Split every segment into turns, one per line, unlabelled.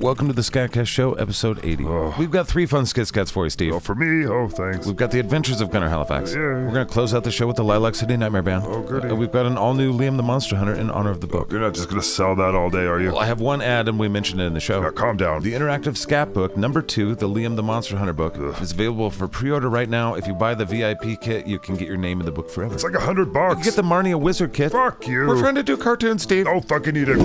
Welcome to the Scatcast Show, episode 80. We've got three fun skit scats for you, Steve.
Oh, for me? Oh, thanks.
We've got the adventures of Gunnar Halifax.
Yeah.
We're going to close out the show with the Lilac City Nightmare Band.
Oh, goody.
Uh, we've got an all new Liam the Monster Hunter in honor of the book.
You're not just gonna sell that all day, are you?
Well, I have one ad, and we mentioned it in the show.
Now, calm down.
The interactive scat book, number two, the Liam the Monster Hunter book, is available for pre order right now. If you buy the VIP kit, you can get your name in the book forever.
It's like a hundred
you
bucks.
get the Marnia Wizard kit.
Fuck you.
We're trying to do cartoons, Steve.
Oh, fucking eat it.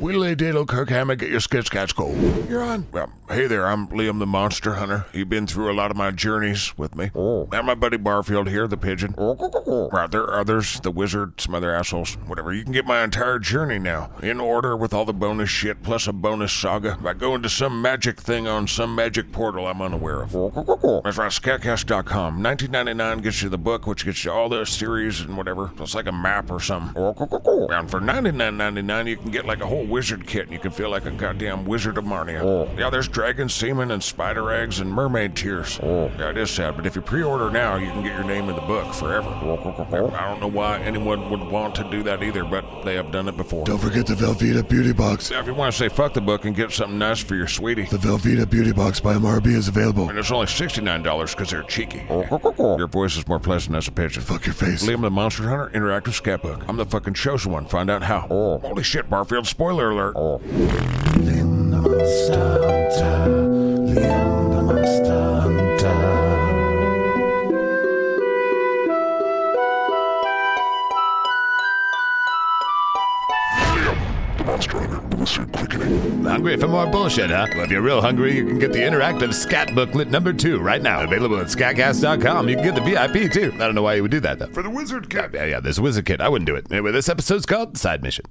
Wheelie diddle Kirkhammer, get your sketch cats go. You're on. Um, hey there, I'm Liam the Monster Hunter. You've been through a lot of my journeys with me. And my buddy Barfield here, the pigeon. Right, there are others, the wizard, some other assholes, whatever. You can get my entire journey now, in order with all the bonus shit, plus a bonus saga, by going to some magic thing on some magic portal I'm unaware of. That's right, scatcast.com. 1999 gets you the book, which gets you all the series and whatever. So it's like a map or something. And for 99.99, you can get like a whole wizard kit, and you can feel like a goddamn wizard of Marnia.
Oh.
Yeah, there's dragon semen and spider eggs and mermaid tears.
Oh.
Yeah, it is sad, but if you pre-order now, you can get your name in the book forever.
Oh,
I don't know why anyone would want to do that either, but they have done it before.
Don't forget the Velveeta Beauty Box.
Now, if you want to say fuck the book and get something nice for your sweetie,
The Velveeta Beauty Box by MRB is available.
and it's only $69 because they're cheeky.
Oh,
Your voice is more pleasant as a pigeon.
Fuck your face.
Liam the Monster Hunter Interactive Scatbook. I'm the fucking chosen one. Find out how. Oh, Holy shit, Barfield. Spoiler alert. Oh,
Hungry for more bullshit, huh? Well, if you're real hungry, you can get the interactive scat booklet number two right now. Available at scatcast.com. You can get the VIP too. I don't know why you would do that, though.
For the wizard
Yeah,
cat.
yeah, yeah, this wizard kid. I wouldn't do it. Anyway, this episode's called Side Mission.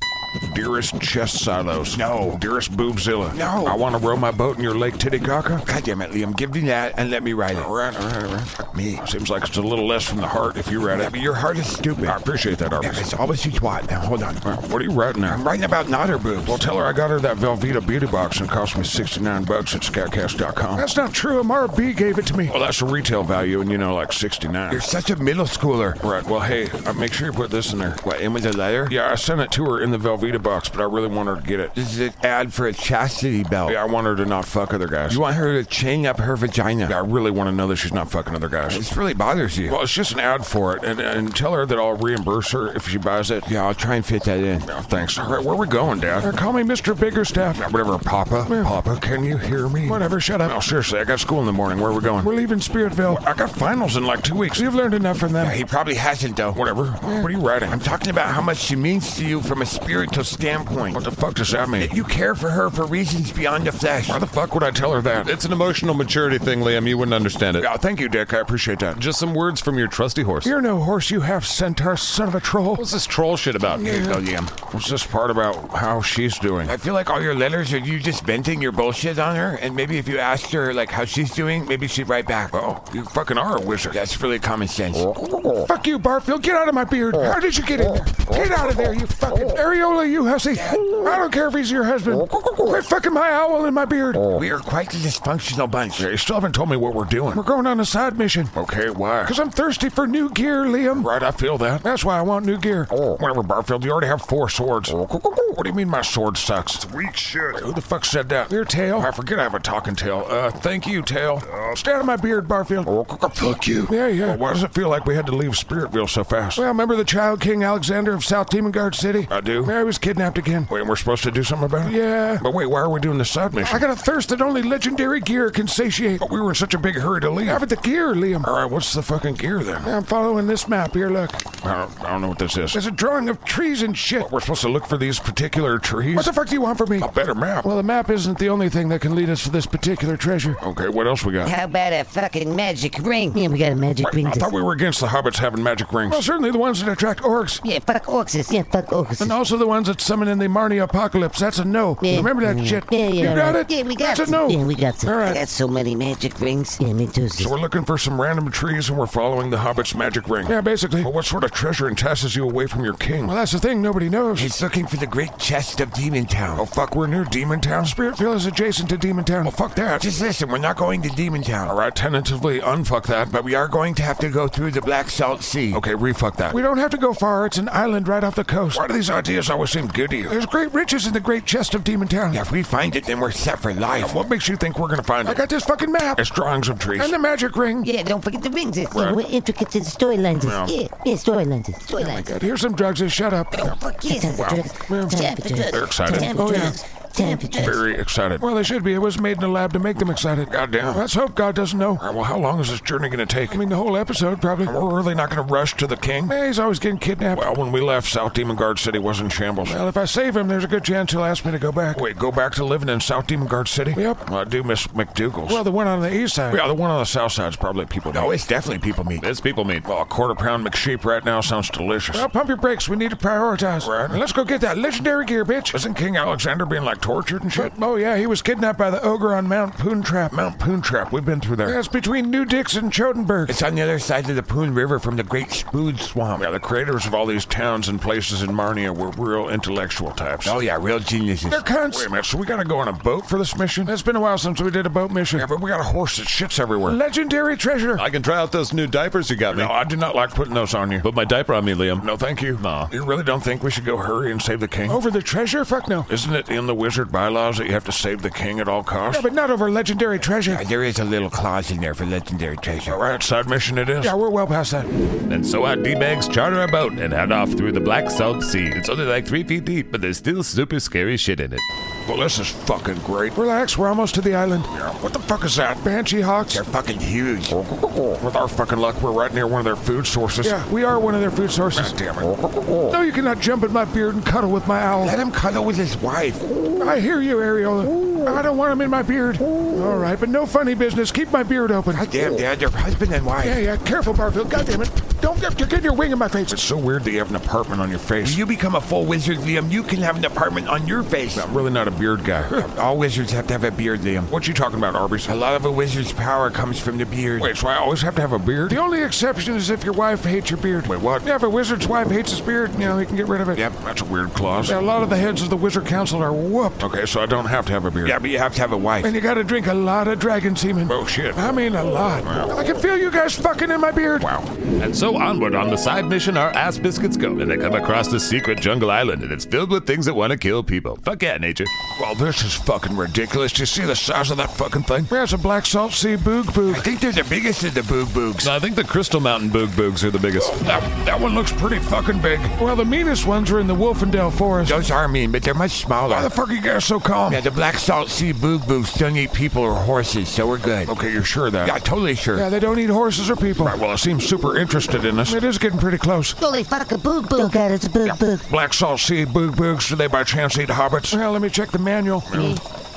Dearest chest silos. No. Dearest boobzilla. No. I want to row my boat in your lake Titicaca. God damn it, Liam. Give me that and let me ride it. All right, all right, all right. Fuck me. Seems like it's a little less from the heart if you write it. your heart is stupid. I appreciate that, Arby's. it's always you twat. Now, hold on. what are you writing there? I'm writing about not her boobs. Well, tell her I got her that Velveeta beauty box and it cost me 69 bucks at scatcast.com. That's not true. MRB gave it to me. Well, that's the retail value and, you know, like 69 You're such a middle schooler. Right. Well, hey, uh, make sure you put this in there. What, in with a letter? Yeah, I sent it to her in the Velveeta box, but I really want her to get it.
This is an ad for a chastity belt.
Yeah, I want her to not fuck other guys.
You want her to chain up her vagina.
I really want to know that she's not fucking other guys.
This really bothers you.
Well, it's just an ad for it, and, and tell her that I'll reimburse her if she buys it.
Yeah, I'll try and fit that in.
Oh, thanks. All right, where are we going, Dad? Uh, call me Mr. Biggerstaff. Uh, whatever, Papa. Papa, can you hear me? Whatever, shut up. No, seriously, I got school in the morning. Where are we going? We're leaving Spiritville. I got finals in like two weeks. You've learned enough from them.
He probably hasn't though.
Whatever. What are you writing?
I'm talking about how much she means to you from a spiritual standpoint.
What the fuck does that mean?
You care for her for reasons beyond the flesh.
Why the fuck would I tell her that?
It's an emotional maturity thing, Liam. You wouldn't understand it.
Yeah, thank you, Dick. I appreciate that.
Just some words from your trusty horse.
You're no horse, you have centaur, son of a troll.
What's this troll shit about?
Here you go, Liam. What's this part about how she's doing?
I feel like all your letters are you just venting your bullshit on her, and maybe if you asked her like how she's doing, maybe she'd write back.
Oh, you fucking are a wizard.
That's really common sense.
Fuck you, Barfield. Get out of my beard. How did you get in there? Get out of there, you fucking areola, you hussy. I don't care if he's your husband. Quit fucking my owl in my beard.
We are quite a dysfunctional bunch.
You still haven't Oh. told me what we're doing. We're going on a side mission. Okay, why? Because I'm thirsty for new gear, Liam. Right, I feel that. That's why I want new gear. Oh, Whatever, Barfield. You already have four swords. What do you mean my sword sucks? It's weak shit. Who the fuck said that? Your tail. I forget I have a talking tail. Uh, thank you, tail. Stay out of my beard, Barfield.
Fuck you.
Yeah, yeah. why does it feel like we had to leave Spiritville so fast? Well, remember the child King Alexander of South Demongard City? I do. Yeah, he was kidnapped again. Wait, we're supposed to do something about it? Yeah. But wait, why are we doing the side mission? I got a thirst that only legendary gear can satiate. But we were in such a big hurry to leave. Have it the gear, Liam. All right, what's the fucking gear then? I'm following this map here. Look, I don't, I don't know what this is. There's a drawing of trees and shit. we're supposed to look for these particular trees. What the fuck do you want from me? A better map. Well, the map isn't the only thing that can lead us to this particular treasure. Okay, what else we got?
How about a fucking magic ring? Yeah, we got a magic ring.
I
to-
thought we were against the hobbits having magic rings. Well, certainly the ones that attract orcs.
Yeah, fuck orcs. Yeah, fuck orcs.
And also the ones that summon in the Marnie apocalypse. That's a no.
Yeah.
Remember that
Yeah.
shit.
Yeah, yeah.
You got it?
Yeah, we got
That's
it.
a no.
Yeah, we got it.
All right.
I got so many magic rings. Yeah, me too. sis.
So we're looking for some random trees and we're following the hobbit's magic ring. Yeah, basically. But what sort of treasure entices you away from your king. Well, that's the thing. Nobody knows.
He's looking for the great chest of Demon Town.
oh, fuck. We're near Demon Town. Spiritfield is adjacent to Demon Town. Well, fuck that.
Just listen, we're not going to Demon Town.
All right, tentatively unfuck that, but
But we are going to have to go through the Black Salt Sea.
okay, refuck that. We don't have to go far. It's an island right off the coast. Why do these ideas always seem good to you? There's great riches in the great chest of Demon Town.
Yeah, if we find it, then we're set for life.
What makes you think we're gonna find it? I got this fucking map. It's drawings of trees and the magic ring.
Yeah, don't forget the rings. It's yeah, we're intricate in storylines. Yeah. yeah, storylines. Storylines.
Here's some drugs. Just shut up.
Oh, fuck yes, it's drugs. Time for drugs.
They're excited.
Time for
Oh, yeah.
drugs. Time for drugs.
Very excited. Well, they should be. It was made in a lab to make them excited. Goddamn. Let's hope God doesn't know. All right, well, how long is this journey going to take? I mean, the whole episode, probably. We're really not going to rush to the king. Eh, he's always getting kidnapped. Well, when we left, South Demon Guard City was in shambles. Well, if I save him, there's a good chance he'll ask me to go back. Wait, go back to living in South Demon Guard City? Yep. Well, I do miss McDougal's. Well, the one on the east side. Oh, Yeah, the one on the south side's probably people.
No, it's definitely people meat.
It's people meat.
Well, Oh, a quarter pound McSheep right now sounds delicious. Well, pump your brakes. We need to prioritize. Right. Let's go get that legendary gear, bitch. Isn't King Alexander being like tortured and shit? oh yeah, he was kidnapped by the ogre on Mount Poontrap. Mount Poontrap. We've been through there. That's between New Dix and Chodenberg.
It's on the other side of the Poon River from the Great Spood Swamp.
yeah, the creators of all these towns and places in Marnia were real intellectual types.
Oh yeah, real geniuses.
They're cunts. Wait a minute, so we gotta go on a boat for this mission? It's been a while since we did a boat mission. Yeah, but we got a horse that shits everywhere. Legendary treasure.
I can try out those new diapers you got me.
no, I do not like putting those on you.
Put my diaper on me, Liam.
No, thank you.
Nah.
You really don't think we should go hurry and save the king? Over the treasure? Fuck no. Isn't it in the wizard bylaws that you have to save the king at all costs? Yeah, but not over legendary treasure.
Uh, There is a little clause in there for legendary treasure.
All right, side mission it is. Yeah, we're well past that.
And so our D-bags charter a boat and head off through the Black Salt Sea. It's only like three feet deep, but there's still super scary shit in it.
Well, this is fucking great. Relax, we're almost to the island. Yeah, what the fuck is that? Banshee hawks?
They're fucking huge.
With our fucking luck, we're right near one of their food sources. Yeah, we are one of their food sources. God damn it. No, you cannot jump at my beard and cuddle with my owl.
Let him cuddle with his wife.
I hear you, Ariola. I don't want him in my beard. All right, but no funny business. Keep my beard open.
Damn, Dad, they're husband and wife.
Yeah, yeah, careful, Barfield. God damn it. Don't get, get your wing in my face. It's so weird that you have an apartment on your face.
You become a full wizard, Liam. You can have an apartment on your face.
I'm really not a beard guy.
All wizards have to have a beard, Liam.
what you talking about, Arby's?
A lot of a wizard's power comes from the beard.
Wait, so I always have to have a beard? The only exception is if your wife hates your beard. Wait, what? Yeah, if a wizard's wife hates his beard, you know, he can get rid of it. Yep, that's a weird clause.
A lot of the heads of the Wizard Council are whooped.
Okay, so I don't have to have a beard.
Yeah, but you have to have a wife.
And you gotta drink a lot of dragon semen.
Oh, shit.
I mean, a lot. I can feel you guys fucking in my beard.
Wow.
And so onward on the side mission our ass biscuits go. And they come across the secret jungle island, and it's filled with things that want to kill people. Fuck yeah, nature.
Well, this is fucking ridiculous. Do you see the size of that fucking thing?
Where's a black salt sea boog boog?
I think they're the biggest of the boo boogs.
I think the Crystal Mountain Boog Boogs are the biggest.
That, that one looks pretty fucking big.
Well, the meanest ones are in the Wolfendale Forest.
Those are mean, but they're much
Why the
smaller.
fuck are you guys so calm?
Yeah, the Black Salt Sea boo boogs don't eat people or horses, so we're good.
Okay, you're sure of that?
Yeah, totally sure.
Yeah, they don't eat horses or people.
Right, well, it seems super interested in us.
It is getting pretty close.
Holy fuck, a boog boog. Oh, God, it's a boog boog.
Black salt sea boog boogs, do they by chance eat hobbits?
Well, let me check the manual.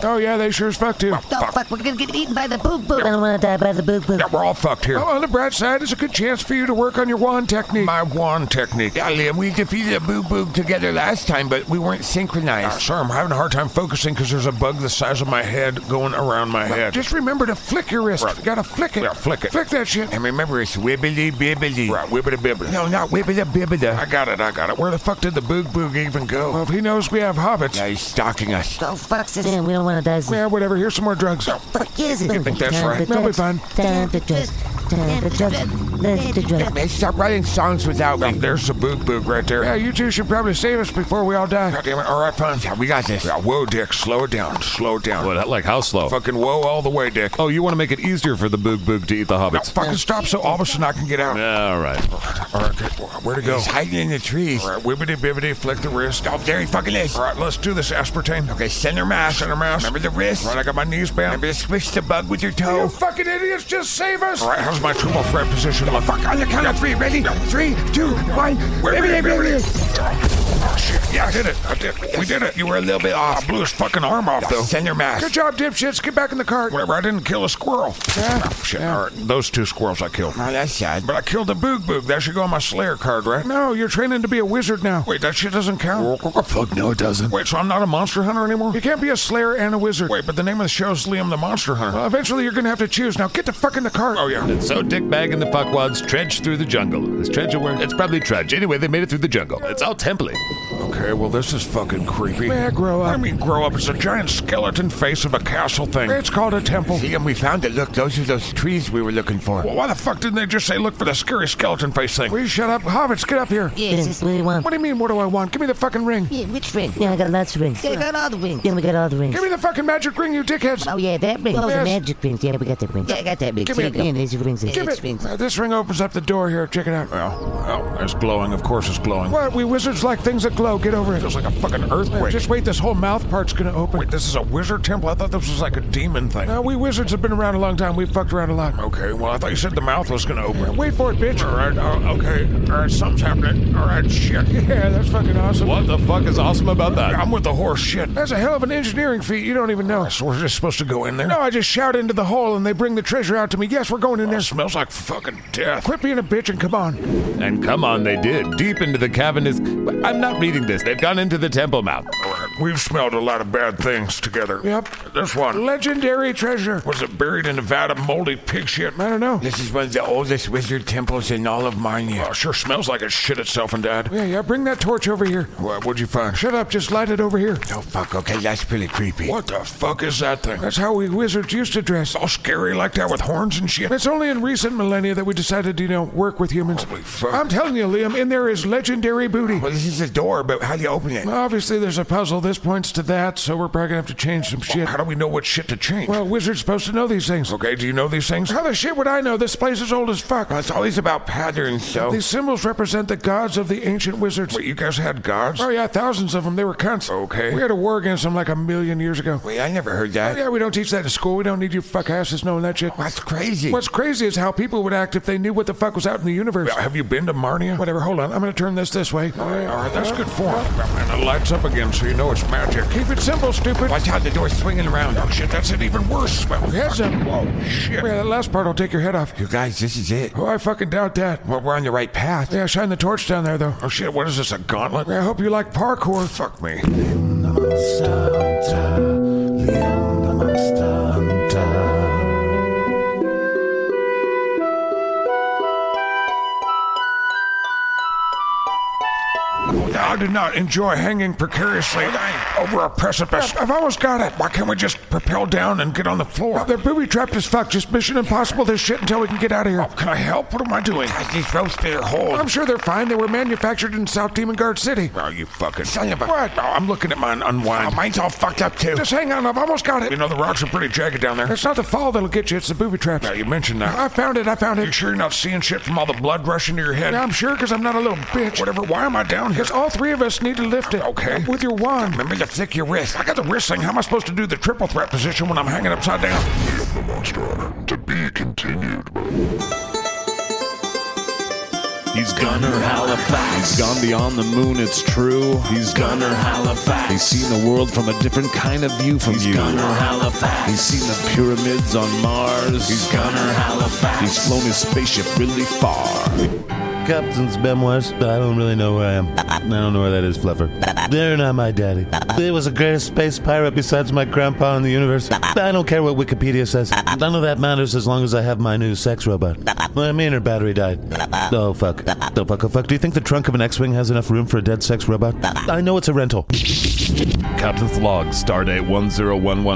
Oh, yeah, they sure as fuck do.
Oh, fuck. we're gonna get eaten by the boog boog. I don't wanna die by the boog boog.
Yeah, we're all fucked here.
Oh, on the bright side, it's a good chance for you to work on your wand technique.
My wand technique.
Yeah, Liam, we defeated a boo boog together last time, but we weren't synchronized.
Sorry, I'm having a hard time focusing because there's a bug the size of my head going around my head.
Just remember to flick your wrist. You gotta flick it.
Yeah, flick it.
Flick that shit.
And remember, it's wibbly bibbly.
Right, whibbity bibbity.
No, not wibbida bibbida.
I got it, I got it. Where the fuck did the boog boog even go?
Well, if he knows we have hobbits,
Yeah, he's stalking us.
Oh, fuck, sis. Damn, we don't wanna die.
yeah, whatever. Here's some more drugs.
Fuck yes, it?
think that's right?
That'll be fine.
Time for drugs. Time for drugs. Let's do drugs.
They stop writing songs without me.
There's the boog boog right there.
Yeah, you two should probably save us before we all die.
God damn it. All right, fine.
Yeah, we got this.
Yeah, whoa, Dick, slow it down. Slow it down.
What, that- like how slow?
Fucking whoa all the way, Dick.
Oh, you want to make it easier for the Boog Boog to eat the
Now
hobbits?
fucking stop so Albus and I can get out.
All right.
All right, good. where to go?
He's hiding in the trees.
All right, wibbity bibbity, flick the wrist.
Oh, there he fucking is.
All right, let's do this, aspartame.
Okay, center mass.
Center mouse.
Remember the wrist.
All right, I got my knees bound.
Remember to squish the bug with your toe.
You fucking idiots, just save us!
All
All right, how's my triple threat position?
Fuck, on the count of three. Ready? Three, two, one.
Where- where-
Bibbidi,
where-
bibbidi.
Oh, shit. Yeah, I did it. I did it. We did it. You were a little bit off. I blew his fucking arm off, though.
Send your mask.
Good job, dipshits. Get back in the cart. Whatever. I didn't kill a squirrel. Yeah. Shit. All right. Those two squirrels I killed.
Oh, that's sad.
But I killed the boog boog. That should go on my Slayer card, right?
No, you're training to be a wizard now.
Wait, that shit doesn't count.
Fuck no, it doesn't.
Wait, so I'm not a monster hunter anymore?
You can't be a slayer and a wizard.
Wait, but the name of the show is Liam the Monster Hunter.
Well, eventually you're gonna have to choose. Now get the fuck in the cart.
Oh yeah.
So Dickbag and the fuckwads trudge through the jungle. Is trudge a word? It's probably trudge. Anyway, they made it through the jungle. It's all template.
Okay, well this is fucking creepy.
Yeah, grow
I
up.
mean, grow up. It's a giant skeleton face of a castle thing.
It's called a temple.
Liam, we found it. Look, those are those trees we were looking for.
Well, why the fuck didn't they just say look for the scary skeleton face thing?
Will you shut up? Hobbits, get up here.
Yeah, just what do you want?
What do you mean, what do I want? Give me the fucking ring.
Yeah, which ring? Yeah, I got lots of rings.
They got all the rings.
Yeah, we got all the rings.
Give me the fucking magic ring, you dickheads.
Oh, yeah, that ring. Oh, the
Yes.
magic rings. Yeah, we got that ring.
Yeah, I got that big.
Give me
Here
it.
you go.
Yeah, there's your rings.
Give
Give
It's
it.
rings.
Uh, this ring opens up the door here. Check it out.
Well, well, it's glowing. Of course it's glowing.
What? We wizards like things that glow. Get over it.
It's like a fucking earthquake.
Just wait, this whole mouth part's gonna open.
Wait, this is a wizard temple? I thought this was like a demon thing.
Now, we wizards have been around a long time. We've fucked around a lot.
Okay, well, I thought you said the mouth was gonna open.
Wait for it, bitch.
All right, oh, okay. All right, something's happening. All right, shit.
Yeah, that's fucking awesome.
What the fuck is awesome about that?
I'm with the horse shit.
That's a hell of an engineering feat. You don't even know.
So we're just supposed to go in there?
No, I just shout into the hole and they bring the treasure out to me. Yes, we're going in there.
Oh, It smells like fucking death.
Quit being a bitch and come on.
And come on, they did. Deep into the cavernous. I'm not reading this. They've gone into the temple mouth.
All right, We've smelled a lot of bad things together.
Yep.
This one.
Legendary treasure.
Was it buried in a vat of moldy pig shit?
I don't know.
This is one of the oldest wizard temples in all of Marnia.
Oh, sure smells like it shit itself and died.
Yeah, yeah, bring that torch over here.
What, what'd you find?
Shut up, just light it over here.
Oh, fuck. Okay, that's pretty creepy.
What the fuck is that thing?
That's how we wizards used to dress.
all scary like that with horns and shit.
It's only in recent millennia that we decided to, you know, work with humans.
Holy fuck.
I'm telling you, Liam, in there is legendary booty.
Well, this is a door, but how do you open it?
Obviously, there's a puzzle. This points to that, so we're probably gonna have to change some shit.
How do we know what shit to change?
Well, wizards supposed to know these things.
okay, do you know these things?
How the shit would I know? This place is old as fuck.
Well, it's always about patterns, so.
These symbols represent the gods of the ancient wizards.
Wait, you guys had gods?
Oh yeah, thousands of them. They were cunts.
Okay.
We had a war against them like a million years ago. Oh,
Wait, I never heard that.
Yeah, we don't teach that in school. We don't need you fuck asses knowing that shit.
That's crazy.
What's crazy is how people would act if they knew what the fuck was out in the universe.
Have you been to Marnia?
Whatever. Hold on. I'm gonna turn this this way.
All right, that's good form. And it lights up again, so you know it's magic.
Keep it simple, stupid.
Watch out, the door's swinging around.
Oh shit, that's an even worse smell.
Yes, sir.
Whoa, shit.
Yeah, that last part will take your head off.
You guys, this is it.
Oh, I fucking doubt that.
Well, we're on the right path.
Yeah, shine the torch down there though.
Oh shit, what is this? A gauntlet?
I hope you like parkour.
Fuck me. I did not enjoy hanging precariously over a precipice.
I've almost got it.
Why can't we just propel down and get on the floor?
They're booby trapped as fuck. Just Mission Impossible this shit until we can get out of here.
Oh, Can I help? What am I doing?
Guys, these ropes, they're whole.
I'm sure they're fine. They were manufactured in South Demon Guard City.
Oh, you fucking
Son of a-
What? Oh, I'm looking at mine unwind.
Oh, mine's all fucked up, too.
Just hang on, I've almost got
You
it.
know the rocks are pretty jagged down there.
It's not the fall that'll get you, it's the booby traps.
Now you mentioned that.
I found it, I found
You
it.
sure you're not seeing shit from all the blood rushing to your head?
Now I'm sure because I'm not a little bitch.
Whatever. Why am I down here?
Because all three of us need to lift it.
Okay.
With your wand.
Remember to flick your wrist. I got the wrist thing. How am I supposed to do the triple threat position when I'm hanging upside down?
the Monster Hunter. To be continued.
He's Gunner Halifax. He's gone beyond the moon, it's true. He's Gunner Halifax. He's seen the world from a different kind of view from you. Gunner Halifax. He's seen the pyramids on Mars. He's Gunner Halifax. He's flown his spaceship really far.
Captain's memoirs. I don't really know where I am. I don't know where that is, Fluffer. They're not my daddy. There was the greatest space pirate besides my grandpa in the universe. I don't care what Wikipedia says. None of that matters as long as I have my new sex robot. I mean, her battery died. Oh, fuck. Oh, fuck, oh, fuck. Do you think the trunk of an X Wing has enough room for a dead sex robot? I know it's a rental.
Captain's log, stardate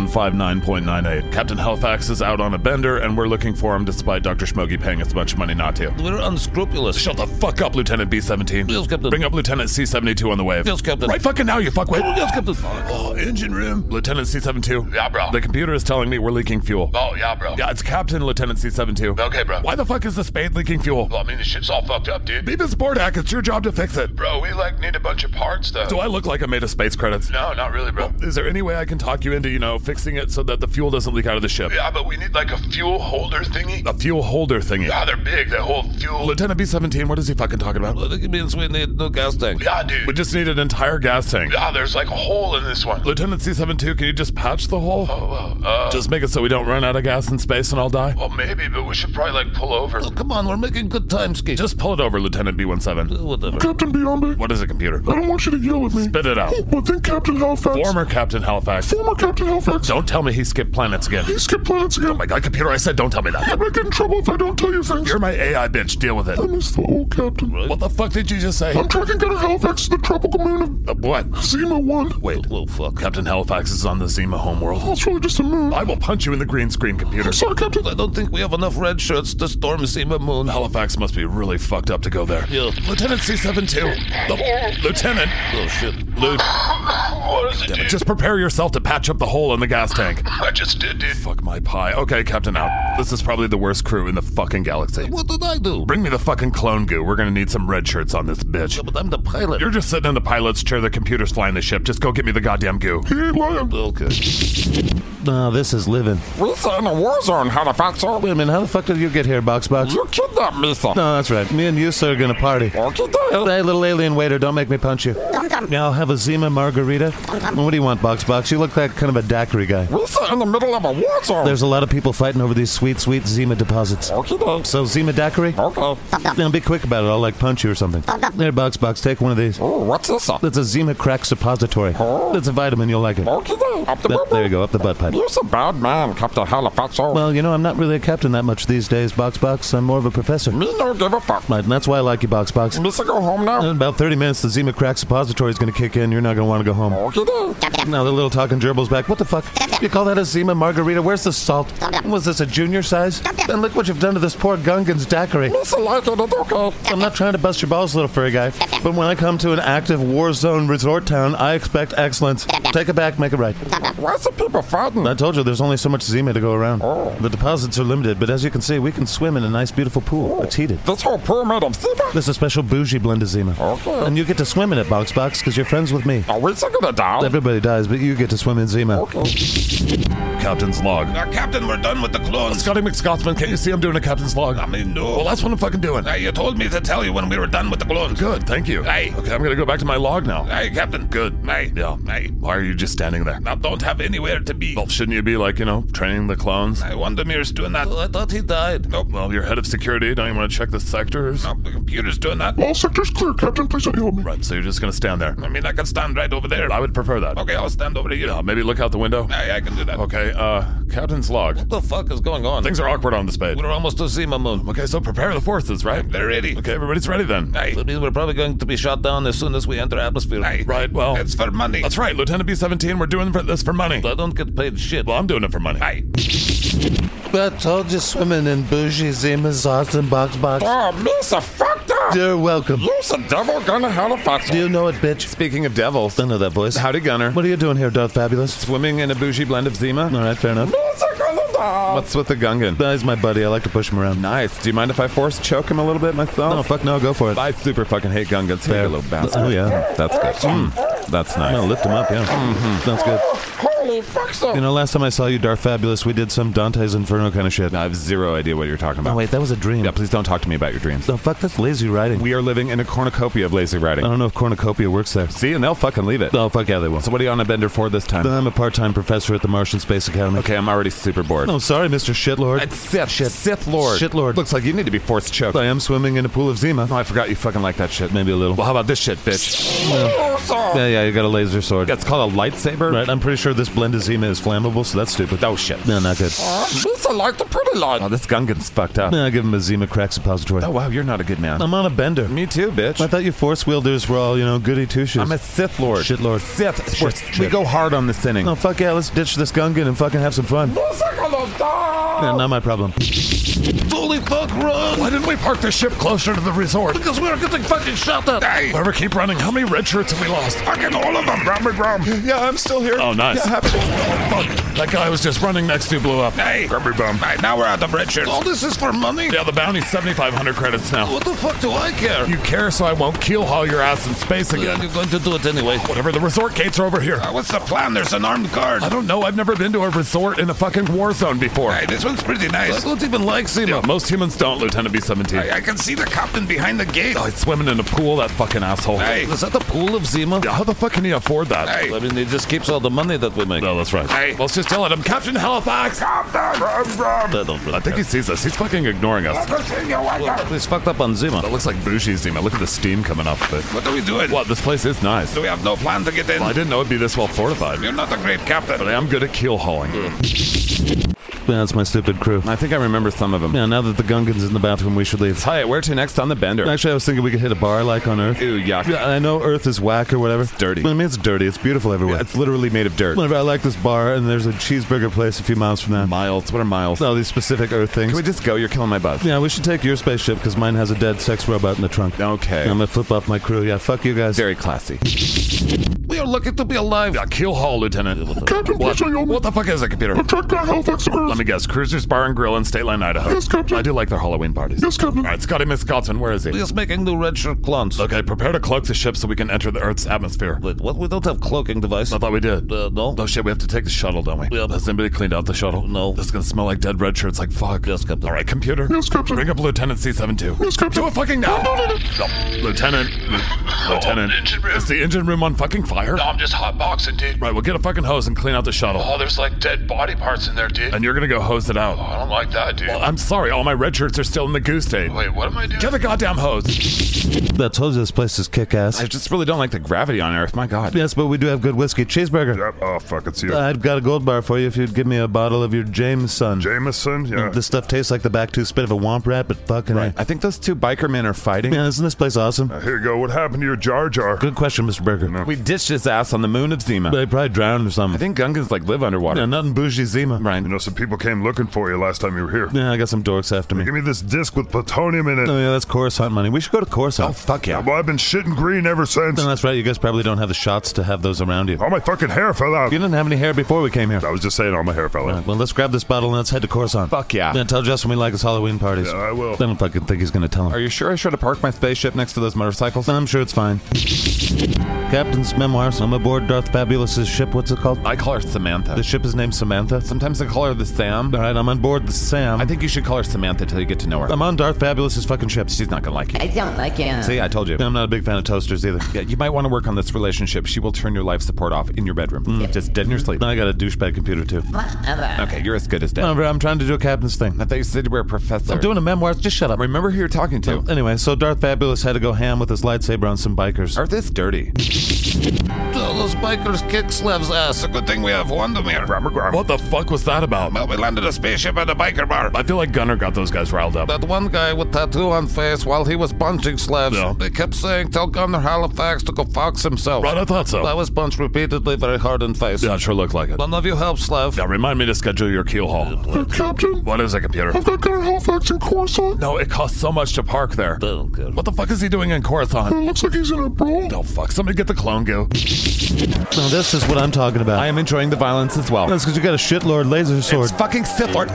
101159.98. Captain Halifax is out on a bender, and we're looking for him despite Dr. Smoggy paying us a bunch of money not to.
We're unscrupulous.
Shut the fuck up, Lieutenant B-17.
Yes, Captain.
Bring up Lieutenant C-72 on the wave.
Yes, Captain.
Right fucking now, you fuckwit.
Yes, Captain.
Oh, engine room. Lieutenant C-72.
Yeah, bro.
The computer is telling me we're leaking fuel.
Oh, yeah, bro.
Yeah, it's Captain Lieutenant C-72.
Okay, bro.
Why the fuck is the spade leaking fuel?
Well, I mean, the shit's all fucked up, dude.
Beavis Bordak, it's your job to fix it.
Bro, we, like, need a bunch of parts, though.
Do I look like I made a space credits?
No, not really, bro.
Is there any way I can talk you into, you know, fixing it so that the fuel doesn't leak out of the ship?
Yeah, but we need, like, a fuel holder thingy.
A fuel holder thingy.
Yeah, they're big, that whole fuel.
Lieutenant B-17, what is he fucking talking about?
It means we need new gas tank.
Yeah,
Yeah, dude.
We just need an entire gas tank.
Ah, there's like a hole in this one.
Lieutenant C72, can you just patch the hole?
Oh, wow. Uh,
Just make it so we don't run out of gas in space and I'll die.
well, maybe, but we should probably like pull over.
Come on, we're making good time, Ski. Just pull it over, Lieutenant B17. Whatever.
Captain Biombe,
What is it, computer?
I don't want you to yell at me. Oh,
Spit it out.
But then Captain Halifax.
Former Captain Halifax.
Former Captain Halifax.
Don't tell me he skipped planets again.
He skipped planets again.
Oh my god, computer, I said don't tell me
I
that.
might get in trouble if I don't tell you things.
You're my AI bitch, deal with it.
I miss the old captain.
What the fuck did you just say?
I'm tracking Captain Halifax to the tropical moon
Uh, what?
of Zima 1.
Wait, well, fuck. Captain Halifax is on the Zima homeworld.
That's really just a moon.
I will punch you in the green screen, computer.
Sorry, Captain.
I don't think we have enough red shirts to storm Zima Moon. Halifax must be really fucked up to go there. Lieutenant C72. The- Lieutenant. Oh, shit. Luke.
What is it, dude?
Just prepare yourself to patch up the hole in the gas tank.
I just did, dude.
Fuck my pie. Okay, Captain out. This is probably the worst crew in the fucking galaxy. What did I do? Bring me the fucking clone goo. We're gonna need some red shirts on this bitch. but I'm the pilot. You're just sitting in the pilot's chair. The computer's flying the ship. Just go get me the goddamn goo.
No, this is living.
We're in a war zone, Halifax.
Wait a minute, how the fuck did you get here, Box Box?
You kidnapped me, sir.
No, that's right. Me and you, sir, are gonna party. Hey, little alien waiter, don't make me punch you. Now I'll have a Zima margarita. What do you want, Box Box? You look like kind of a daiquiri guy.
We're in the middle of a war zone.
There's a lot of people fighting over these sweet, sweet Zima deposits.
Okay,
So, Zima daiquiri?
okay.
Now, be quick about it. I'll, like, punch you or something. There, Box Box, take one of these.
Oh, what's this? uh,
That's a Zima crack suppository. That's a vitamin. You'll like it.
Okay, then. up the
That- there
bubble.
you go, up the butt pipe.
You're a bad man, Captain Halifax. Well,
Well, you know, I'm not really a captain that much these days, Box Box. I'm more of a professor.
me no give a fuck.
Right, and that's why I like you, Box Box.
Me say go home now.
In about 30 minutes, the Zima crack suppository is going to kick in. You're not going to want to go home.
Okay, then.
Now the little talking gerbil's back. What the fuck? You call that a Zima margarita? Where's the salt? Was this a junior size? And look what you've done to this poor Gungan's daiquiri.
Me say like it, it's okay.
I'm not trying to bust your balls, little furry guy. But when I come to an active war zone resort town, I expect excellence. Take it back, make it right.
Why's the people fighting?
I told you there's only so much Zima to go around.
Oh.
The deposits are limited, but as you can see, we can swim in a nice, beautiful pool. It's heated.
This whole pyramid of Zima?
This is a special bougie blend of Zima.
Okay.
And you get to swim in it, Box Box, because you're friends with me.
Are we still gonna die?
Everybody dies, but you get to swim in Zima.
Captain's log.
Captain, we're done with the clones.
Scotty McScotsman, can't you see I'm doing a captain's log? I mean, no. Well, that's what I'm fucking doing.
Hey, you told me to tell you when we were done with the clones.
Good, thank you.
Hey.
Okay, I'm gonna go back to my log now.
Hey, Captain. Good. Hey.
Yeah.
Hey.
Why are you just standing there?
I don't have anywhere to be.
Well, shouldn't you be like, you know, training the clones?
I Wandermeer's doing that. Oh, I thought he died. Nope.
Well, you're head of security. Don't you want to check the sectors?
No, the computer's doing that.
All sectors clear, Captain. Please don't yell at me.
Right, so you're just gonna stand there.
I mean, I can stand right over there.
I would prefer that.
Okay, I'll stand over here.
Uh, maybe look out the window.
Hey, I can do that.
Okay, uh, Captain's log.
What the fuck is going on?
Things are awkward on this page.
We're almost to Zima Moon.
Okay, so prepare the forces, right?
They're ready.
Okay, everybody's ready then.
Hey.
That means we're probably going to be shot down as soon as we enter atmosphere.
Hey.
Right, well,
It's for money.
that's right, Lieutenant B-17, we're doing for- this for money.
I don't get paid shit.
Well, I'm doing it for money.
Hey.
I told you swimming in bougie Zima's awesome box box.
Oh, Mr. Fuck that!
You're welcome.
You's a devil gonna Halifax.
Do you know it, bitch?
Speaking of devils,
I know that voice.
howdy Gunner.
What are you doing here, Darth Fabulous?
Swimming in a bougie blend of Zima?
All right, fair enough.
You's a gonna die.
What's with the Gungan?
That is my buddy. I like to push him around.
Nice. Do you mind if I force choke him a little bit myself?
No, fuck no. Go for it.
I super fucking hate Gungans. Hey,
Fair.
you little bastard.
Oh, yeah.
That's good. Mm, That's nice. Mm-hmm.
No, lift him up. Yeah, sounds good.
Holy fuck, sir.
You know, last time I saw you, Darth Fabulous, we did some Dante's Inferno kind of shit.
I have zero idea what you're talking about.
Oh wait, that was a dream.
Yeah, please don't talk to me about your dreams.
No, fuck. That's lazy writing.
We are living in a cornucopia of lazy
I
writing.
don't know if cornucopia works there.
See, and they'll fucking leave it.
Oh fuck yeah, they will.
So what are you on a bender for this time?
I'm a part-time professor at the Martian Space Academy.
Okay, I'm already super bored.
No, sorry, Mr. Shitlord.
It's Sith. Shit. Sith Lord.
Shit Lord.
Looks like you need to be forced choked.
I am swimming in a pool of Zima.
No, I forgot you fucking like that shit.
Maybe a little.
Well, how about this shit, bitch?
Yeah, yeah, you got a laser sword.
That's called a lightsaber?
Right, I'm pretty sure this blend of Zima is flammable, so that's stupid.
Oh, shit.
No, not good.
Mr. like the pretty light.
Oh, this Gungan's fucked up.
Nah, I give him a Zima crack suppository.
Oh, wow, you're not a good man.
I'm on a bender.
Me too, bitch.
I thought you force wielders were all, you know, goody two shoes.
I'm a Sith Lord.
Shit lord.
Sith.
Shit,
We're- We
shit.
go hard on the sinning.
No, fuck yeah, let's ditch this Gungan and fucking have some fun.
You's a gonna die.
Nah, not my problem.
Holy fuck, run! Why didn't we park the ship closer to the resort? Because we were getting fucking shot at. Hey! Whoever keep running, how many red shirts have we lost?
Fucking all of them, Rammy Ram.
Yeah, I'm still here. Oh, nice.
Yeah,
happened? Fuck. That guy I was just running next to blew up. Hey! Rubber bum. now we're out the bread shirts. All this is for money? Yeah, the bounty's 7,500 credits now. What the fuck do I care? You care so I won't keel haul your ass in space again. You're going to do it anyway. Whatever, the resort gates are over here. what's the plan? There's an armed guard. I don't know. I've never been to a resort in a fucking war zone before. Hey, this one's pretty nice. I don't even like SEMA. most humans don't, Lieutenant B-17. I, can see the captain behind the gate. Oh, he's swimming in a pool, that fucking asshole. Hey. Is that the pool of Zima? Yeah, how the fuck can he afford that? Hey. I mean, he just keeps all the money that we make. No, that's right. Hey. Let's just tell it. I'm Captain Halifax. Captain! I, don't really I think he sees us. He's fucking ignoring us. He's fucked up on Zima. That looks like bougie Zima. Look at the steam coming off of it. What are we doing? Well, this place is nice.
We have no plan to get in.
Well, I didn't know it'd be this well fortified.
You're not a great captain.
But I am good at keel hauling.
That's my stupid crew.
I think I remember some of them.
Yeah, now that the Gungan's in the bathroom, we should leave.
Hi, where to next on the bender?
Actually, I was thinking we could hit a bar like on Earth.
Ew, yuck.
Yeah, I know Earth is whack or whatever. It's
dirty.
I mean, it's dirty. It's beautiful everywhere.
It's literally made of dirt.
Whatever, I like this bar, and there's a cheeseburger place a few miles from that.
Miles. What are miles?
All these specific Earth things.
Can we just go? You're killing my buzz.
yeah, we should take your spaceship because mine has a dead sex robot in the trunk.
Okay.
I'm gonna flip off my crew. Yeah, fuck you guys.
Very classy.
We are lucky to be alive. Yeah, keel haul, Lieutenant.
Captain,
What?
please say your
What the fuck is a computer?
Attack the Halifax Earth.
Let me guess. Cruisers Bar and Grill in State Line, Idaho.
Yes, Captain.
I do like their Halloween parties.
Yes, Captain.
All right, Scotty Miss Scotsman, where is he?
He's making the red shirt clones.
Okay, prepare to cloak the ship so we can enter the Earth's atmosphere.
Wait, what? We don't have cloaking device.
I thought we did.
Uh, no.
Oh shit, we have to take the shuttle, don't we? Yeah. Has anybody cleaned out the shuttle? No. This is gonna smell like dead red shirts like fuck. Yes, Captain. All right, computer.
Yes, Captain.
Bring up Lieutenant C72.
Yes, Captain.
Do it fucking now.
No, no, no.
No. Lieutenant. Lu- Lieutenant.
Oh, engine room.
Is the engine room on fucking fire?
No, I'm just hotboxing, dude.
Right, we'll get a fucking hose and clean out the shuttle.
Oh, there's like dead body parts in there, dude.
And you're gonna go hose it out.
Oh, I don't like that, dude.
I'm sorry, all my red shirts are still in the goose state.
Wait, what am I doing?
Get the goddamn hose.
I told you this place is kick ass.
I just really don't like the gravity on Earth. My God.
Yes, but we do have good whiskey. Cheeseburger.
Oh, fuck, it's you.
I've got a gold bar for you if you'd give me a bottle of your Jameson.
Jameson? Yeah.
This stuff tastes like the back two spit of a womp rat, but fucking
Right. I think those two biker men are fighting.
A. Man, isn't this place awesome?
uh, Here you go. What happened to your Jar Jar?
Good question, Mr. Berger.
We ditched his ass on the moon of Zima.
They probably drowned or
I
something.
think Gungans like live underwater.
yeah, nothing bougie Zima.
Right.
know, some people came looking for you last time you were here.
Yeah, I got some dorks after me.
me this disc with plutonium in it.
Oh yeah, that's Coruscant money. We should go to Coruscant.
Oh, fuck yeah.
Well, I've been shitting green ever since.
No, Uh, that's right. You guys probably don't have the shots to have those around you.
All my fucking hair fell out.
You didn't have any hair before we came here.
I was just saying all my hair fell
Right, well, let's grab this bottle and let's head to Coruscant.
Fuck yeah.
Then tell Justin we like his Halloween parties.
Yeah, I will.
I don't fucking think he's gonna tell him.
Are you sure I should have parked my spaceship next to those motorcycles?
I'm sure it's fine. Captain's memoirs. I'm aboard Darth Fabulous's ship. What's it called?
I call her Samantha.
The ship is named Samantha.
Sometimes I call her the Sam.
All right, I'm on board the Sam.
I think you should call her Samantha till you get to know her.
I'm on Darth Fabulous's fucking ship.
She's not gonna like you.
I don't like it.
See, I told you.
I'm not a big fan of toasters either.
Yeah, you might want to work on this relationship. She will turn your life support off in your bedroom. Just dead in your sleep.
Now Mm. I got a douchebag computer too.
Whatever.
Okay, you're as good as dead.
Remember, I'm trying to do a captain's thing.
I thought you said you were a professor.
I'm doing a memoirs. Just shut up.
Remember who you're talking to.
Anyway, so Darth Fabulous had to go ham with his lightsaber on some bikers.
Earth is dirty.
those bikers kick Slev's ass. A good thing we have Wandermere.
What the fuck was that about?
Well, we landed a spaceship at a biker bar.
I feel like Gunner got those guys riled up.
That one guy with tattoo on face while he was punching Slevs.
Yeah.
They kept saying, tell Gunner Halifax to go fox himself.
Right, I thought
I
so.
was punched repeatedly very hard in face.
Yeah, it sure looked like it.
One of you help Slev.
Yeah, remind me to schedule your keel haul.
Uh, Captain,
What is a computer?
I've got Gunner Halifax in Coruscant.
No, it costs so much to park there. What the fuck is he doing in
It
Coruscant?
looks like he's in a brawl.
Oh fuck, somebody get the clone goo.
Now this is what I'm talking about.
I am enjoying the violence as well.
That's because you got a shitlord laser sword.
It's fucking Sith Lord.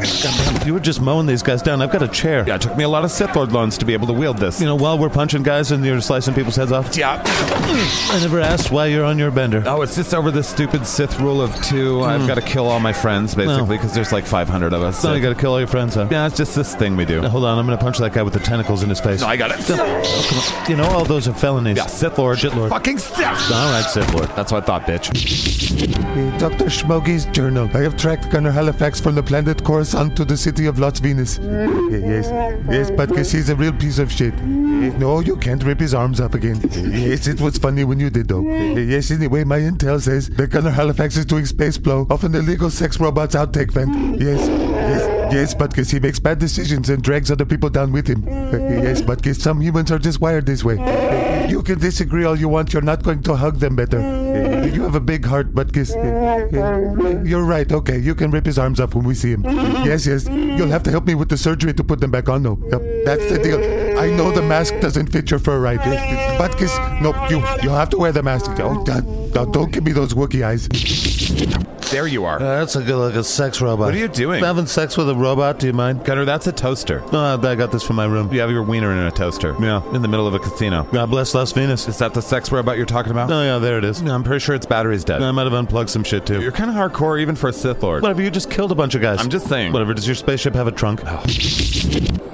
you were just mowing these guys down. I've got a chair.
Yeah, it took me a lot of Sith Lord loans to be able to wield this.
You know, while we're punching guys and you're slicing people's heads off.
Yeah.
I never asked why you're on your bender.
Oh, it's just over this stupid Sith rule of
Hmm.
two. I've got to kill all my friends, basically, because there's like 500 of us.
So you gotta kill all your friends, huh?
yeah, it's just this thing we do.
Now, hold on, I'm gonna punch that guy with the tentacles in his face.
I got it.
You know, all those are felonies.
Yeah, Sith Lord.
Shitlord.
Fucking Sith.
All right, Sith Lord.
That's what I thought, bitch.
Dr. Schmoggy's journal. I have tracked Gunner Halifax from the planet Coruscant to the city of Lots Venus. Yes, yes, but guess he's a real piece of shit. No, you can't rip his arms off again. Yes, it was funny when you did, though. Yes, anyway, my intel says that Gunner Halifax is doing space blow off an illegal sex robot's outtake vent. Yes, yes, yes, but guess he makes bad decisions and drags other people down with him. Yes, but guess some humans are just wired this way. You can disagree all you want, you're not going to hug them better.
You have a big heart, Butkus. You're right. Okay, you can rip his arms off when we see him. Yes, yes. You'll have to help me with the surgery to put them back on, though. Yep, that's the deal. I know the mask doesn't fit your fur right. Butkus, no, you you have to wear the mask. Oh, Don't, don't, don't give me those Wookie eyes.
There you are.
Uh, that's a good looking sex robot.
What are you doing?
Having sex with a robot, do you mind?
Gunner, that's a toaster.
Oh, I got this from my room.
You have your wiener in a toaster.
Yeah.
In the middle of a casino.
God bless Las Vegas.
Is that the sex robot you're talking about?
Oh, yeah, there it is.
No, I'm pretty sure its battery's dead.
I might have unplugged some shit, too.
You're kind of hardcore even for a Sith Lord.
Whatever, you just killed a bunch of guys.
I'm just saying. Oh.
Whatever, does your spaceship have a trunk?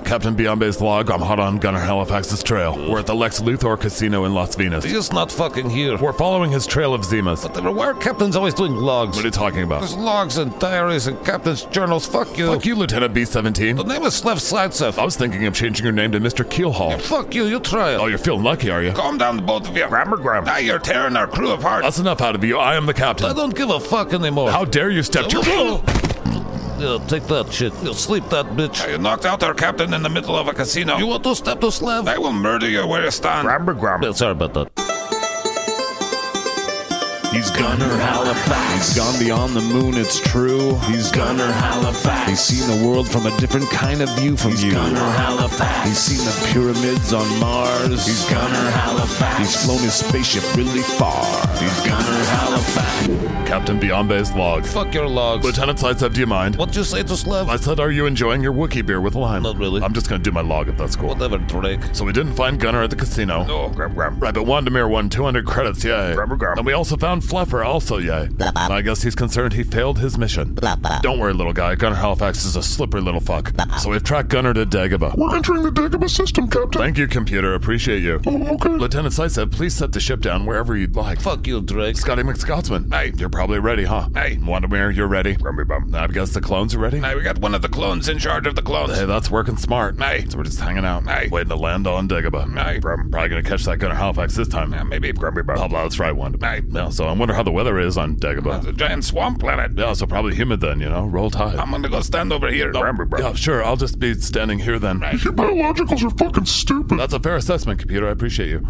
Captain Biombe's log, I'm hot on Gunnar Halifax's trail. We're at the Lex Luthor Casino in Las Vegas.
He's not fucking here.
We're following his trail of Zemas. What
Why are captains always doing logs?
are you talking about?
There's logs and diaries and captain's journals. Fuck you.
Fuck you, Lieutenant
The
B-17.
name is Lev Slidsev.
I was thinking of changing your name to Mr. Keelhaul.
Fuck you. You try it.
Oh, you're feeling lucky, are you?
Calm down, the both of you. Grammar, grammar. Now you're tearing our crew apart.
That's enough out of you. I am the
I
captain.
don't give a fuck anymore.
How dare you step to...
Yeah, take that shit. You'll sleep that bitch. You knocked out our captain in the middle of a casino. You want to step to Slav? I will murder you where you stand. Grammar, grammar. sorry about that.
He's Gunner Halifax. He's gone beyond the moon, it's true. He's Gunner Halifax. He's seen the world from a different kind of view from you. Gunner Halifax. He's seen the pyramids on Mars. He's Gunner Halifax. He's flown his spaceship really far. He's Gunner Halifax.
Captain Biombe's log.
Fuck your logs.
Lieutenant Sidestep, do you mind?
What'd you say to Slav?
I said, are you enjoying your Wookiee beer with lime?
Not really.
I'm just gonna do my log if that's cool.
Whatever, Drake.
So we didn't find Gunner at the casino.
No, grab, grab.
Right, but Wandamir won 200 credits, yay.
Grabber, grab.
And we also found Fluffer, also yay. I guess he's concerned he failed his mission. Don't worry, little guy. Gunner Halifax is a slippery little fuck. So we've tracked Gunner to Dagobah.
We're entering the Dagobah system, Captain.
Thank you, computer. Appreciate you.
Oh, okay.
Lieutenant Sysab, please set the ship down wherever you'd like.
Fuck you, Drake.
Scotty McScotsman. Hey, you're probably ready, huh? Hey, Wandamir, you're ready. I guess the clones are ready.
Hey, we got one of the clones in charge of the clones.
Hey, that's working smart.
Aye.
So we're just hanging out.
Aye.
Waiting to land on Dagobah.
Aye.
Prob- Probably gonna catch that Gunner Halifax this time. Yeah, maybe Grumpy Bro. Blah, blah, that's right, one. Aye. Yeah, so I wonder how the weather is on
It's
Dagobah.
a giant swamp planet.
Yeah, so probably humid then, you know? Roll tide.
I'm gonna go stand over here.
yeah, sure. I'll just be standing here then.
You biologicals are fucking stupid.
That's a fair assessment, computer. I appreciate you.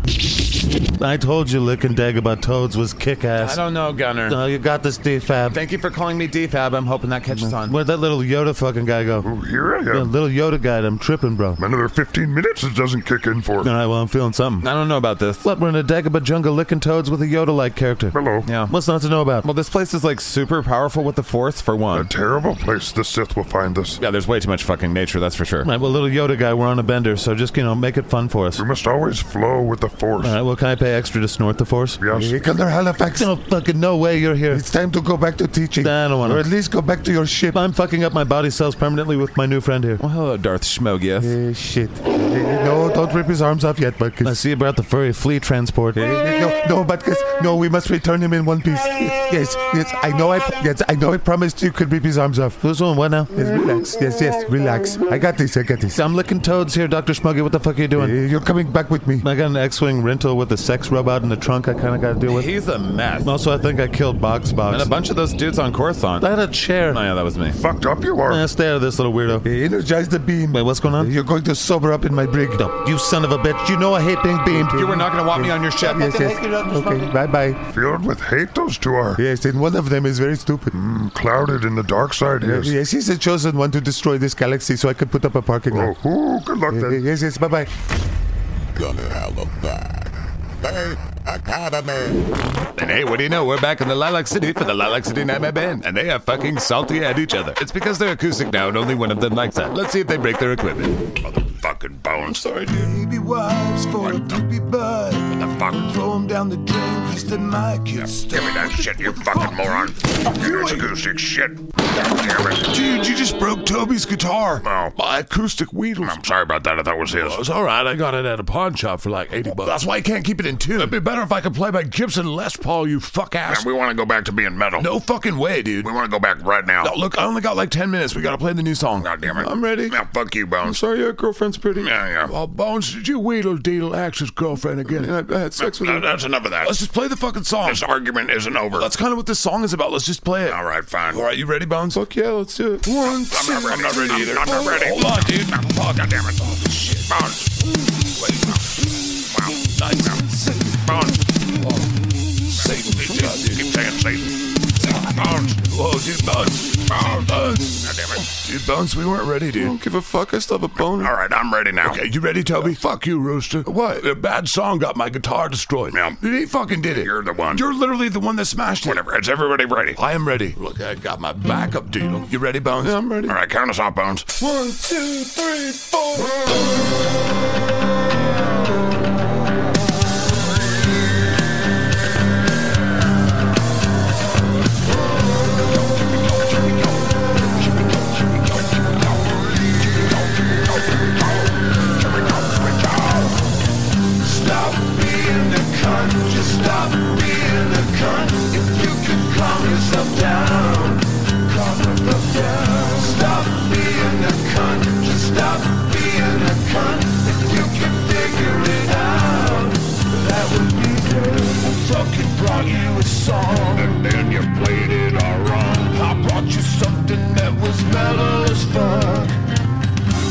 I told you licking Dagobah toads was kick
I
ass.
don't know, Gunner.
No, you got this defab.
Thank you for calling me DFAB. I'm hoping that catches on.
Where'd that little Yoda fucking guy go?
Here I
Yeah,
am.
little Yoda guy, I'm tripping, bro. All
Another 15 minutes it doesn't kick in for.
right, well, I'm feeling something.
I don't know about this.
What, we're in a Dagobah jungle licking toads with a Yoda-like character.
Hello.
Yeah.
What's not to know about?
Well, this place is like super powerful with the Force, for
A
one.
terrible place the Sith will find us.
Yeah, there's way too much fucking nature, that's for sure.
All right, well, little Yoda guy, we're on a bender, so just, you know, make it fun for us.
We
All
must always flow with the Force.
right, well, can I pay extra to snort the force?
Yes.
Governor Halifax,
No fucking no way you're here.
it's time to go back to teaching.
I don't wanna-
Or at least go back to your ship.
I'm fucking up my body cells permanently with my new friend here.
Well, hello, Darth Schmogieth.
Eh, shit. Eh, No, don't rip his arms off yet, Butkus.
I see about the furry flea transport.
No, no, but yes, no, we must return him in one piece. Yes, yes, I know, I, yes, I know, I promised you could rip his arms off.
Who's doing what now?
Yes, relax, yes, yes, relax. I got this, I got this.
I'm licking toads here, Dr. Smuggy. What the fuck are you
Uh,
doing?
You're coming back with me.
I got an X-Wing rental with a sex robot in the trunk I kind of got to deal with.
He's a mess.
Also, I think I killed Box
And a
Box.
bunch of those dudes on Coruscant.
I
Oh,
had a chair.
yeah, that was me.
Fucked up you are.
Eh, stay out of this, little weirdo.
Eh, Energize the beam. Eh,
Wait, what's going on?
You're going to sober up in my brig.
No, you son of a bitch. You know I hate being beamed.
You were not going to want me on your ship.
Yes, yes. Okay, bye bye.
Filled with hate those two are.
Yes, and one of them is very stupid.
Mm, Clouded in the dark side is.
Yes, he's the chosen one to destroy this galaxy so I could put up a parking
Oh,
lot.
ooh, good luck
Eh,
then.
Yes, yes, bye bye.
Gunner Halifax. Hey, Academy.
And hey, what do you know? We're back in the Lilac City for the Lilac City Nightmare Band, and they are fucking salty at each other. It's because they're acoustic now, and only one of them likes that. Let's see if they break their equipment.
Motherfucking bones. Sorry, dude.
Baby wives for a doopy bud. Throw 'em down the drain just to my kids.
Give me that shit, you fucking moron. Here's acoustic shit. Damn it.
Dude, you just broke Toby's guitar.
Oh,
My acoustic Wheedle.
I'm sorry about that. I thought it was his.
It's all right. I got it at a pawn shop for like 80 bucks. That's why I can't keep it in tune. It'd be better if I could play by Gibson Les Paul, you fuck
Man,
ass.
we want to go back to being metal.
No fucking way, dude.
We want to go back right now.
No, look, I only got like 10 minutes. We gotta play the new song.
God damn it.
I'm ready.
Now, fuck you, Bones.
Sorry, your girlfriend's pretty.
Yeah, yeah.
Well, Bones, did you wheedle deedle Axe's girlfriend again? And I, I had sex with
No,
her.
that's enough of that.
Let's just play the fucking song.
This argument isn't over.
That's kind of what this song is about. Let's just play it.
All right, fine.
All right, you ready, Bones? Fuck yeah, let's do it. One,
I'm not,
two,
I'm not ready
three,
either. I'm not
four.
ready.
Hold on, dude.
No, oh, God damn it. Shit. Bones. Wait. Wow. Nice. Bones.
Satan,
Bones. Whoa, dude, bones. Bones. God damn it.
Dude, Bones, we weren't ready, dude. I don't give a fuck. I still have a bone.
All right, I'm ready now.
Okay, you ready, Toby? Fuck you, Rooster. What? A bad song got my guitar destroyed. Yeah. He fucking did it. You're the one. You're literally the one that smashed it.
Whatever. Is everybody ready?
I am ready. Look, I got my backup deal. You ready, Bones? I'm ready.
All right, count us off, Bones.
One, two, three, four.
Stop being a cunt. Just stop being a cunt. If you can calm yourself down, calm yourself down. Stop being a cunt. Just stop being a cunt. If you can figure it out, that would be good. I fucking brought you a song, and then you played it all wrong. I brought you something that was mellow as fuck.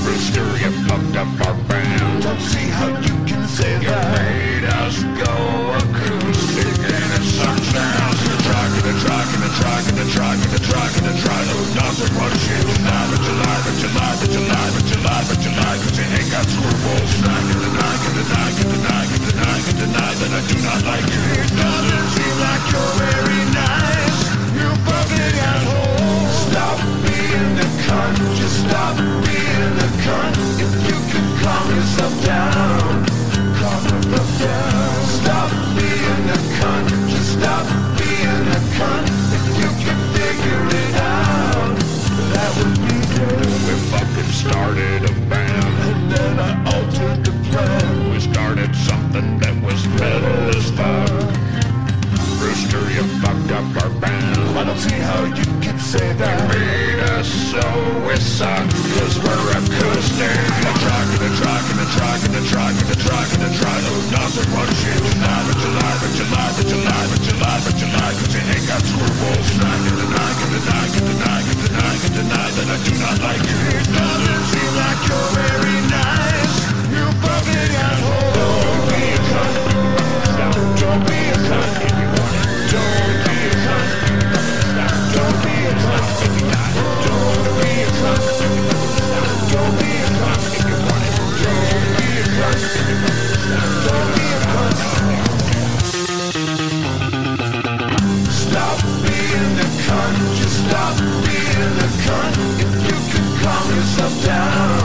Rooster, you fucked up our band. Don't see how you can say you that. made us go acoustic and it sucks now. The track and the track and the track and the track and the track and the track. No, nothing but shit. Live but you live but you live but you live but you live but you live but you ain't got screwballs. Snack and deny and deny and deny and deny and deny that I do not like you. It doesn't seem like you're very nice. You fucking asshole. Stop being a cunt. Just stop being a cunt. If you can calm yourself down. Calm yourself down. Stop being a cunt. Just stop being a cunt. If you can figure it out, that would be good. We fucking started a band. And then I altered the plan. We started something that was metal as fuck. Rooster, you fucked up our band. I don't see how you can say that. You made us so we suck, cause we're acoustic. The track and the track and the track and the track and the track and the track. Oh, nothing but shit. Live but you live but you live but you live but you live but you live but you ain't got screwballs. Snack and deny and deny and deny and deny and deny that I do not like you. It doesn't seem like you're very nice. You fucking asshole. Don't be a cunt. Stop. Don't be a cunt. Don't be a cunt. Don't be a cunt if you got it. Don't be a cunt if you want it. Don't be a cunt if you want it. Don't be a cunt if you want it. Don't be a cunt. Stop being a cunt. Just stop being a cunt. If you can calm yourself down,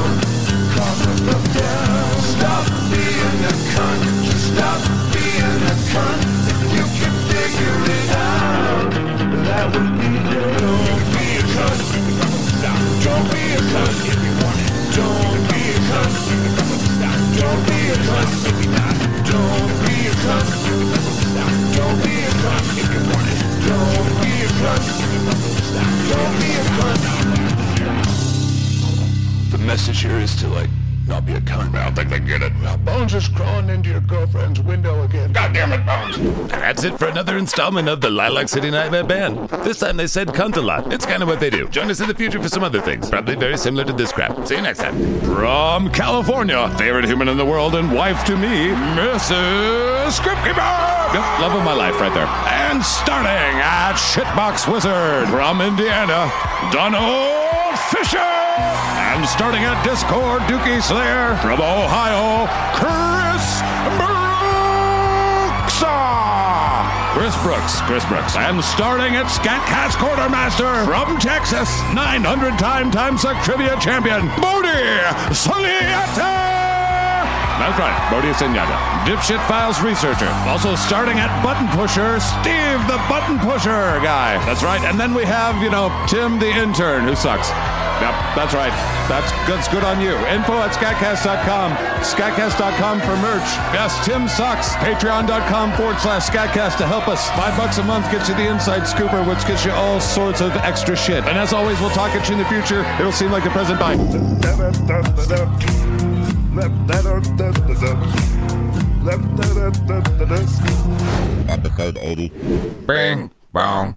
calm yourself down. Stop being a cunt. Just stop being a cunt. If you can figure it out, that would be good. Don't be a cunt. Stop. Don't be a cunt if you want it. Don't be a cunt. Stop. Don't be a cunt if you not. Don't be a cunt. Stop. Don't be a cunt if you want it. Don't be a cunt. Stop. Don't be a cunt.
The message here is to like not be a cunt. I don't think they get it.
Bones is crawling into your girlfriend's window again. God damn it, Bones!
That's it for another installment of the Lilac City Nightmare Band. This time they said cunt a lot. It's kind of what they do. Join us in the future for some other things, probably very similar to this crap. See you next time. From California, favorite human in the world and wife to me, Mrs. Scriptkeeper! Yep, love of my life right there. And starting at Shitbox Wizard from Indiana, Donald Fisher! And starting at Discord, Dookie Slayer from Ohio, Chris Brooks. Chris Brooks, Chris Brooks. And starting at Scatcast Quartermaster from Texas, 900 time time suck trivia champion, Bodie Soliata. That's right, Bodhi Senyata. Dipshit Files researcher. Also starting at Button Pusher, Steve the Button Pusher guy. That's right, and then we have, you know, Tim the intern who sucks. Yep, that's right. That's, that's good on you. Info at scatcast.com. Scatcast.com for merch. Yes, Tim sucks. Patreon.com forward slash scatcast to help us. Five bucks a month gets you the Inside Scooper, which gets you all sorts of extra shit. And as always, we'll talk at you in the future. It'll seem like the present. Bye.
Episode 80.
Bing, bong.